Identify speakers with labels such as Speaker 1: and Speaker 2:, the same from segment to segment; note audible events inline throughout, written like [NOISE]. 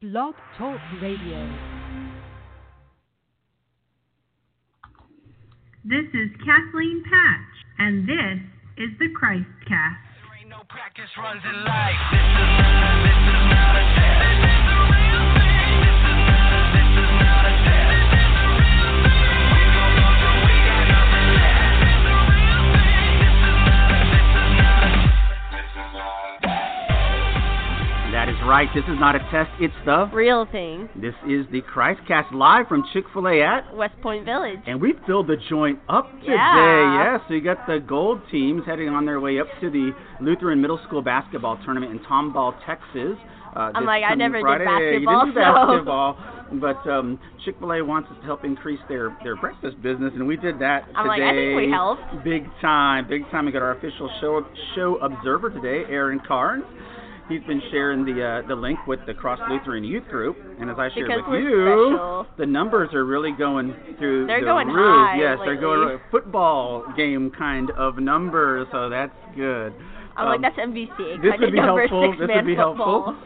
Speaker 1: Blog Talk Radio.
Speaker 2: This is Kathleen Patch, and this is the Christcast.
Speaker 3: There ain't no practice runs in life. This is not, this is not a test. This is the real thing. This is not, this is not a test. This is the real thing. We gon' go till we got nothing left. This is the real thing. This is not, this is not a This is not a
Speaker 4: That is right. This is not a test. It's the.
Speaker 5: real thing.
Speaker 4: This is the Christcast live from Chick Fil A at,
Speaker 5: West Point Village.
Speaker 4: and we filled the joint up today.
Speaker 5: Yeah.
Speaker 4: Yes, we got the gold teams heading on their way up to the Lutheran Middle School basketball tournament in Tomball, Texas. Uh,
Speaker 5: I'm
Speaker 4: this
Speaker 5: like, I
Speaker 4: coming
Speaker 5: never did
Speaker 4: Friday.
Speaker 5: basketball,
Speaker 4: You didn't do
Speaker 5: so-
Speaker 4: basketball, but um, Chick Fil A wants us to help increase their their breakfast business, and we did that
Speaker 5: I'm like,
Speaker 4: today.
Speaker 5: I think we helped.
Speaker 4: Big time, big time. We got our official show show observer today, Aaron Carnes. He's been sharing the uh, the link with the Cross Lutheran Youth Group, and as I shared
Speaker 5: Because
Speaker 4: with
Speaker 5: we're
Speaker 4: you,
Speaker 5: special.
Speaker 4: the numbers are really going through
Speaker 5: They're
Speaker 4: the
Speaker 5: going
Speaker 4: roof.
Speaker 5: high
Speaker 4: yes, they're
Speaker 5: lately.
Speaker 4: going football game kind of numbers, so that's good.
Speaker 5: I'm
Speaker 4: Um,
Speaker 5: like, that's NBC.
Speaker 4: this
Speaker 5: I
Speaker 4: would
Speaker 5: did
Speaker 4: be
Speaker 5: number
Speaker 4: helpful.
Speaker 5: Six
Speaker 4: This
Speaker 5: man
Speaker 4: would be
Speaker 5: football.
Speaker 4: helpful.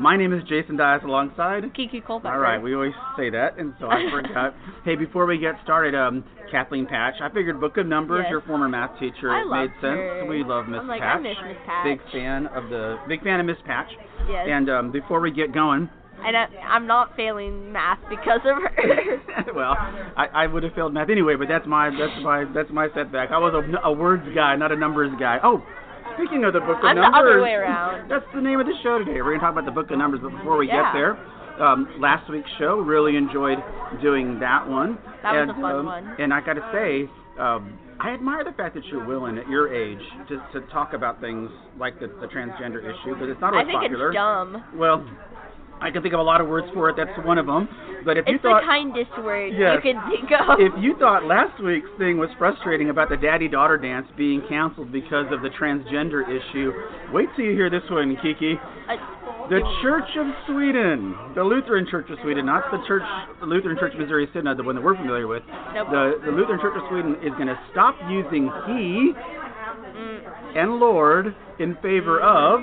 Speaker 4: My name is Jason Dias alongside.
Speaker 5: Kiki Colbeck.
Speaker 4: All right, we always say that, and so
Speaker 5: [LAUGHS]
Speaker 4: I forgot. hey, before we get started, um, Kathleen Patch, I figured Book of Numbers,
Speaker 5: Yes.
Speaker 4: your former math teacher,
Speaker 5: I
Speaker 4: it
Speaker 5: love
Speaker 4: made sense.
Speaker 5: her.
Speaker 4: We love Miss
Speaker 5: I'm like,
Speaker 4: Patch.
Speaker 5: I miss Miss Patch.
Speaker 4: Big fan of the big fan of Miss Patch.
Speaker 5: Yes.
Speaker 4: And um, before we get going,
Speaker 5: And I, I'm not failing math because of
Speaker 4: [LAUGHS]
Speaker 5: her.
Speaker 4: well, I, I would have failed math anyway, but that's my that's my that's my setback. I was a, a words guy, not a numbers guy. Oh, speaking of the book of
Speaker 5: I'm the
Speaker 4: numbers,
Speaker 5: other way around.
Speaker 4: That's the name of the show today. We're gonna talk about the book of numbers, but before we get
Speaker 5: Yeah.
Speaker 4: there, um, last week's show really enjoyed doing that one.
Speaker 5: That was
Speaker 4: and,
Speaker 5: a fun
Speaker 4: um,
Speaker 5: one.
Speaker 4: And I gotta say. Um, I admire the fact that you're willing at your age to, to talk about things like the, the transgender issue because it's not
Speaker 5: I
Speaker 4: always
Speaker 5: think
Speaker 4: popular.
Speaker 5: it's dumb.
Speaker 4: Well, I can think of a lot of words for it. That's one of them. But if you
Speaker 5: It's
Speaker 4: thought
Speaker 5: the kindest word
Speaker 4: Yes.
Speaker 5: you can think
Speaker 4: [LAUGHS]
Speaker 5: of.
Speaker 4: if you thought last week's thing was frustrating about the daddy daughter dance being canceled because of the transgender issue, wait till you hear this one, Kiki.
Speaker 5: Uh,
Speaker 4: The Church of Sweden, the Lutheran Church of Sweden, not the Church, the Lutheran Church of Missouri Synod, the one that we're familiar with.
Speaker 5: Nope.
Speaker 4: The, the Lutheran Church of Sweden is going to stop using he
Speaker 5: mm,
Speaker 4: and Lord in favor of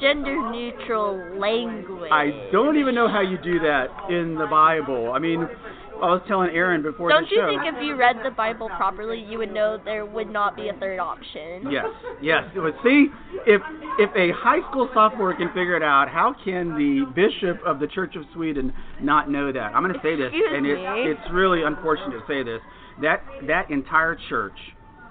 Speaker 5: gender neutral language.
Speaker 4: I don't even know how you do that in the Bible. I mean, I was telling Aaron before
Speaker 5: Don't
Speaker 4: the
Speaker 5: you
Speaker 4: show.
Speaker 5: think if you read the Bible properly, you would know there would not be a third option?
Speaker 4: yes, yes. It was, see, if if a high school sophomore can figure it out, how can the bishop of the Church of Sweden not know that? I'm going to say this,
Speaker 5: Excuse
Speaker 4: and it,
Speaker 5: me?
Speaker 4: it's really unfortunate to say this. That that entire church,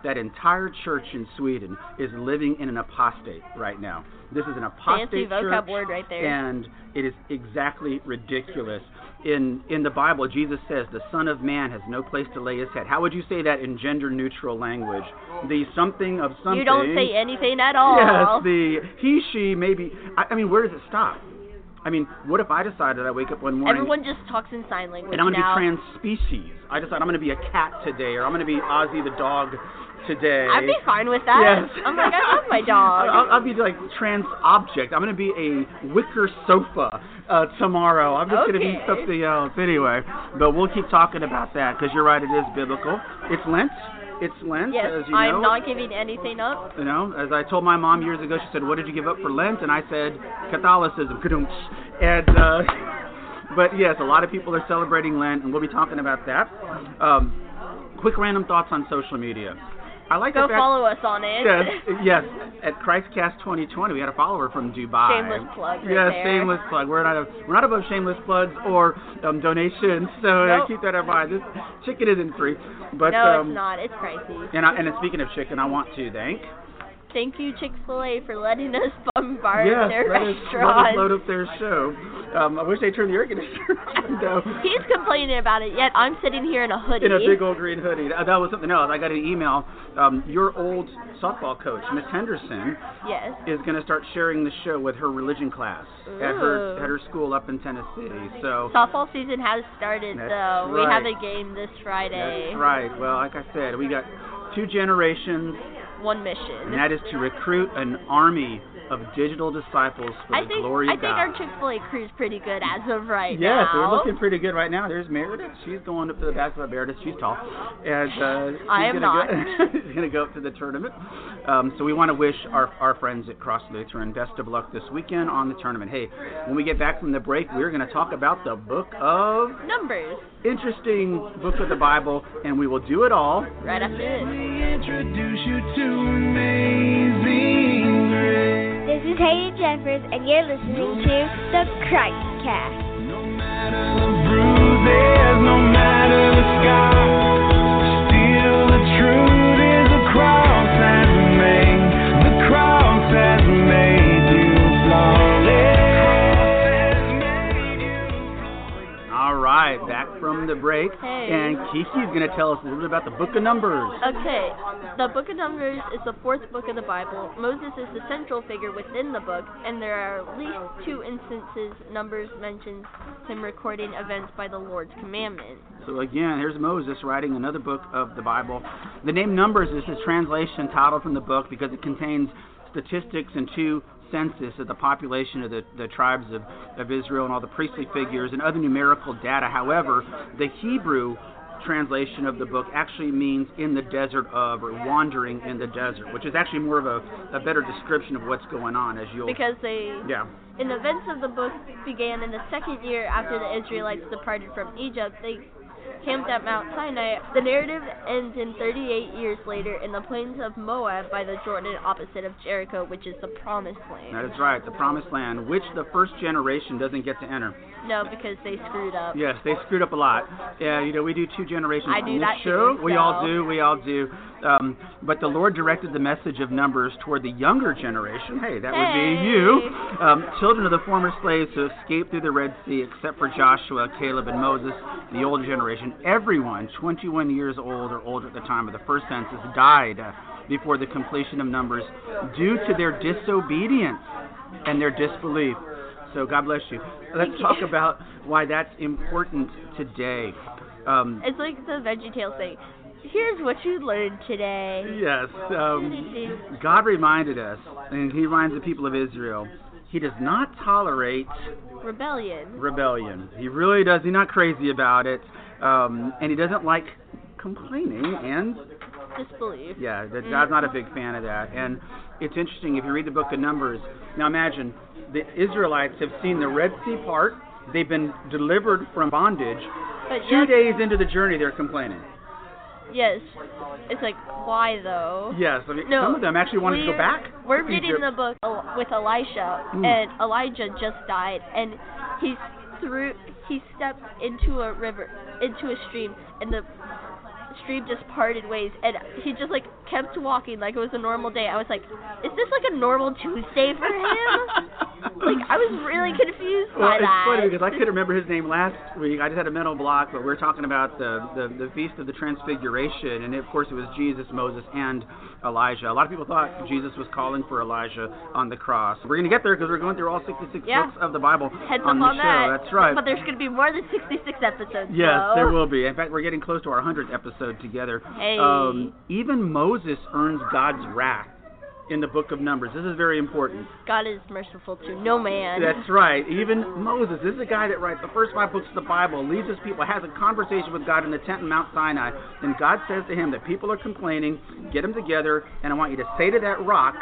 Speaker 4: that entire church in Sweden is living in an apostate right now. This is an apostate
Speaker 5: Fancy vocab
Speaker 4: church.
Speaker 5: word right there.
Speaker 4: and it is exactly ridiculous. In in the Bible, Jesus says the Son of Man has no place to lay his head. How would you say that in gender neutral language? The something of something.
Speaker 5: You don't say anything at all.
Speaker 4: Yes, the he she maybe. I, I mean, where does it stop? I mean, what if I decided I wake up one morning
Speaker 5: Everyone just talks in sign language
Speaker 4: and I'm
Speaker 5: now.
Speaker 4: going to be trans species? I decide I'm going to be a cat today, or I'm going to be Ozzy the dog today.
Speaker 5: I'd be fine with that.
Speaker 4: Yes.
Speaker 5: I'm like, I love my
Speaker 4: [LAUGHS]
Speaker 5: dog.
Speaker 4: I'll, I'll be like trans object. I'm gonna be a wicker sofa uh, tomorrow. I'm just gonna be
Speaker 5: Okay.
Speaker 4: something else anyway. But we'll keep talking about that because you're right. It is biblical. It's Lent. It's Lent,
Speaker 5: yes,
Speaker 4: as you know.
Speaker 5: I'm not giving anything up.
Speaker 4: you know, as I told my mom years ago, she said, "What did you give up for Lent?" And I said, "Catholicism." Kadoomch. And uh, [LAUGHS] but yes, a lot of people are celebrating Lent, and we'll be talking about that. Um, quick random thoughts on social media. I like
Speaker 5: Go
Speaker 4: the fact
Speaker 5: follow us on it. [LAUGHS]
Speaker 4: yes, yes. At Christcast 2020, we had a follower from Dubai.
Speaker 5: Shameless plug right
Speaker 4: yes,
Speaker 5: there.
Speaker 4: shameless plug. We're not we're not above shameless plugs or um, donations, so uh,
Speaker 5: Nope.
Speaker 4: keep that in mind. This chicken isn't free, but
Speaker 5: no,
Speaker 4: um,
Speaker 5: it's not. It's pricey.
Speaker 4: And I, and speaking of chicken, I want to thank.
Speaker 5: Thank you, Chick Fil A, for letting us bombard
Speaker 4: yes,
Speaker 5: their
Speaker 4: let us, let us
Speaker 5: restaurant.
Speaker 4: load up their show. Um, I wish they turned the air conditioner [LAUGHS] on. though.
Speaker 5: He's complaining about it, yet I'm sitting here in a hoodie.
Speaker 4: in a big old green hoodie. Uh, That that was something else. I got an email. Um, your old softball coach, Miss Henderson,
Speaker 5: yes.
Speaker 4: is going to start sharing the show with her religion class at her
Speaker 5: Ooh.
Speaker 4: at her school up in Tennessee. So
Speaker 5: Softball season has started,
Speaker 4: That's
Speaker 5: though. We
Speaker 4: right.
Speaker 5: have a game this Friday.
Speaker 4: that's right. Well, like I said, we got two generations,
Speaker 5: One mission.
Speaker 4: and that is to recruit an army of digital disciples for
Speaker 5: I
Speaker 4: the
Speaker 5: think
Speaker 4: glory
Speaker 5: I
Speaker 4: of
Speaker 5: think
Speaker 4: God.
Speaker 5: our Chick Fil A crew's pretty good as of right
Speaker 4: yes,
Speaker 5: now.
Speaker 4: we're looking pretty good right now. There's Meredith. She's going up to the basketball. Meredith, she's tall, and uh, she's
Speaker 5: I am
Speaker 4: gonna
Speaker 5: not.
Speaker 4: Go, [LAUGHS] she's going to go up to the tournament. Um, so we want to wish our our friends at Cross the Lutheran best of luck this weekend on the tournament. Hey, when we get back from the break, we're going to talk about the book of
Speaker 5: numbers
Speaker 4: interesting books of the Bible, and we will do it all
Speaker 5: right after this.
Speaker 3: Introduce you to amazing grace.
Speaker 6: This is Hayden Jeffers, and you're listening to the Christ Cast.
Speaker 3: No matter the bruises, no matter the scars, still the truth is the cross has made. The cross has made you flawless.
Speaker 4: All right, back from the break,
Speaker 5: Hey.
Speaker 4: and Kiki's going to tell us a little bit about the Book of Numbers.
Speaker 5: Okay, the Book of Numbers is the fourth book of the Bible. Moses is the central figure within the book, and there are at least two instances Numbers mentions him recording events by the Lord's commandment.
Speaker 4: So again, here's Moses writing another book of the Bible. The name Numbers is his translation title from the book because it contains statistics and two census of the population of the, the tribes of, of Israel and all the priestly figures and other numerical data. However, the Hebrew translation of the book actually means in the desert of or wandering in the desert, which is actually more of a, a better description of what's going on as you'll
Speaker 5: Because they,
Speaker 4: yeah.
Speaker 5: in the events of the book, began in the second year after the Israelites departed from Egypt. They camped at Mount Sinai. The narrative ends in 38 years later in the plains of Moab by the Jordan opposite of Jericho, which is the promised
Speaker 4: That
Speaker 5: land.
Speaker 4: is right, the promised land, which the first generation doesn't get to enter.
Speaker 5: No, because they screwed up.
Speaker 4: Yes, they screwed up a lot. Yeah, you know, we do two generations
Speaker 5: I
Speaker 4: on
Speaker 5: do
Speaker 4: this
Speaker 5: that
Speaker 4: show.
Speaker 5: too,
Speaker 4: we all
Speaker 5: so-
Speaker 4: do, we all do. Um, but the Lord directed the message of Numbers toward the younger generation. Hey, that would be
Speaker 5: Hey.
Speaker 4: you. Um, children of the former slaves who escaped through the Red Sea, except for Joshua, Caleb, and Moses, the older generation. Everyone 21 years old or older at the time of the first census died uh, before the completion of Numbers due to their disobedience and their disbelief. So God bless you. Let's
Speaker 5: Thank you.
Speaker 4: talk about why that's important today. Um,
Speaker 5: It's like the VeggieTales thing. Here's what you learned today.
Speaker 4: yes, um, God reminded us, and He reminds the people of Israel, He does not tolerate
Speaker 5: Rebellion.
Speaker 4: rebellion. He really does. He's not crazy about it, um, and He doesn't like complaining and
Speaker 5: Disbelief.
Speaker 4: Yeah, that God's not a big fan of that. And it's interesting if you read the book of Numbers. Now imagine the Israelites have seen the Red Sea part. They've been delivered from bondage.
Speaker 5: But
Speaker 4: Two
Speaker 5: yet-
Speaker 4: days into the journey, they're complaining.
Speaker 5: Yes. It's like, why though?
Speaker 4: Yes, I mean,
Speaker 5: No,
Speaker 4: some of them actually wanted to go
Speaker 5: we're-
Speaker 4: back.
Speaker 5: We're
Speaker 4: to
Speaker 5: reading
Speaker 4: Egypt.
Speaker 5: the book El- with Elisha,
Speaker 4: Mm.
Speaker 5: and Elijah just died, and he's through. He stepped into a river, into a stream, and the stream just parted ways, and he just like kept walking like it was a normal day. I was like, is this like a normal Tuesday
Speaker 4: [LAUGHS]
Speaker 5: for him? like I was really confused
Speaker 4: Well,
Speaker 5: by
Speaker 4: it's
Speaker 5: that.
Speaker 4: funny because I couldn't remember his name last week. I just had a mental block, but we were talking about the, the, the Feast of the Transfiguration, and of course it was Jesus, Moses, and Elijah. A lot of people thought Jesus was calling for Elijah on the cross. We're going to get there because we're going through all 66
Speaker 5: Yeah.
Speaker 4: books of the Bible
Speaker 5: Heads
Speaker 4: on
Speaker 5: up
Speaker 4: the
Speaker 5: on
Speaker 4: show.
Speaker 5: that.
Speaker 4: That's right.
Speaker 5: But there's going to be more than 66 episodes.
Speaker 4: Yes,
Speaker 5: so.
Speaker 4: there will be. In fact, we're getting close to our 100th episode together.
Speaker 5: Hey.
Speaker 4: Um, even Moses earns God's wrath in the book of Numbers. This is very important.
Speaker 5: God is merciful to no man.
Speaker 4: That's right. Even Moses, this is a guy that writes the first five books of the Bible, leads his people, has a conversation with God in the tent in Mount Sinai, and God says to him that people are complaining, get them together, and I want you to say to that rock,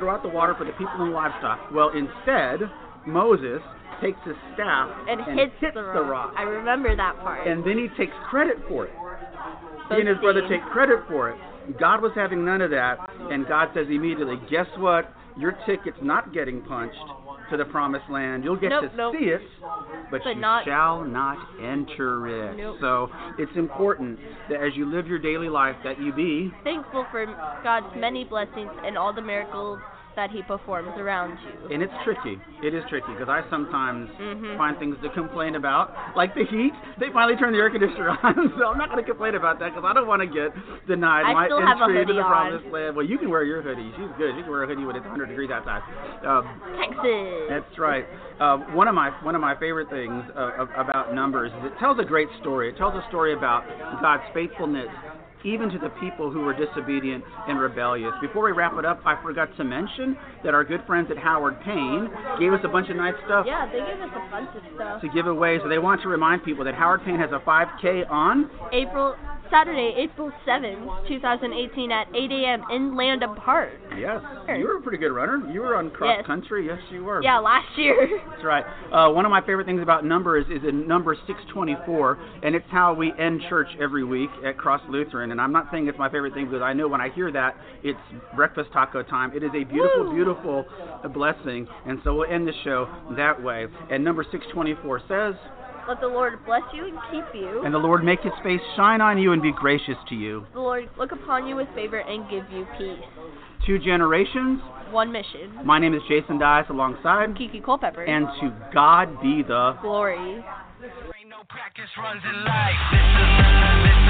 Speaker 4: throw out the water for the people and livestock. Well, instead, Moses takes his staff
Speaker 5: and, hits, the, rock. I remember that part.
Speaker 4: and then he takes credit for it.
Speaker 5: So
Speaker 4: he and his brother
Speaker 5: see,
Speaker 4: take credit for it. God was having none of that, and God says immediately, "Guess what? Your ticket's not getting punched to the promised land. You'll get
Speaker 5: Nope,
Speaker 4: to
Speaker 5: nope.
Speaker 4: see it, but,
Speaker 5: But
Speaker 4: you
Speaker 5: not-
Speaker 4: shall not enter it."
Speaker 5: Nope.
Speaker 4: So it's important that as you live your daily life, that you be
Speaker 5: thankful for God's many blessings and all the miracles that He performs around you.
Speaker 4: And it's tricky. It is tricky because I sometimes
Speaker 5: Mhm.
Speaker 4: find things to complain about, like the heat. They finally turned the air conditioner on, [LAUGHS] so I'm not going to complain about that because I don't want to get denied
Speaker 5: I
Speaker 4: my
Speaker 5: still have a
Speaker 4: entry into
Speaker 5: hoodie
Speaker 4: the
Speaker 5: on.
Speaker 4: promised land. Well, you can wear your hoodie. She's good. You can wear a hoodie when it's 100 degrees outside. Um,
Speaker 5: Texas.
Speaker 4: that's right. Uh, one of my one of my favorite things uh, of, about Numbers is it tells a great story. It tells a story about God's faithfulness even to the people who were disobedient and rebellious. Before we wrap it up, I forgot to mention that our good friends at Howard Payne gave us a bunch of nice stuff
Speaker 5: Yeah, they gave us a bunch of stuff.
Speaker 4: to give away. So they want to remind people that Howard Payne has a 5K on.
Speaker 5: April Saturday, April seventh, two 2018, at 8 a.m. in Landham Park.
Speaker 4: Yes, you were a pretty good runner. You were on cross
Speaker 5: Yes.
Speaker 4: country. Yes, you were.
Speaker 5: Yeah, last year. [LAUGHS]
Speaker 4: That's right. Uh, one of my favorite things about numbers is in number 624, and it's how we end church every week at Cross Lutheran. And I'm not saying it's my favorite thing because I know when I hear that, it's breakfast taco time. It is a beautiful, beautiful blessing. And so we'll end the show that way. And number 624 says,
Speaker 5: Let the Lord bless you and keep you.
Speaker 4: And the Lord make his face shine on you and be gracious to you.
Speaker 5: the Lord look upon you with favor and give you peace.
Speaker 4: Two generations.
Speaker 5: One mission.
Speaker 4: My name is Jason Dias alongside.
Speaker 5: Kiki Culpepper.
Speaker 4: And to God be the
Speaker 5: glory.
Speaker 3: Ain't no practice runs in life. This is this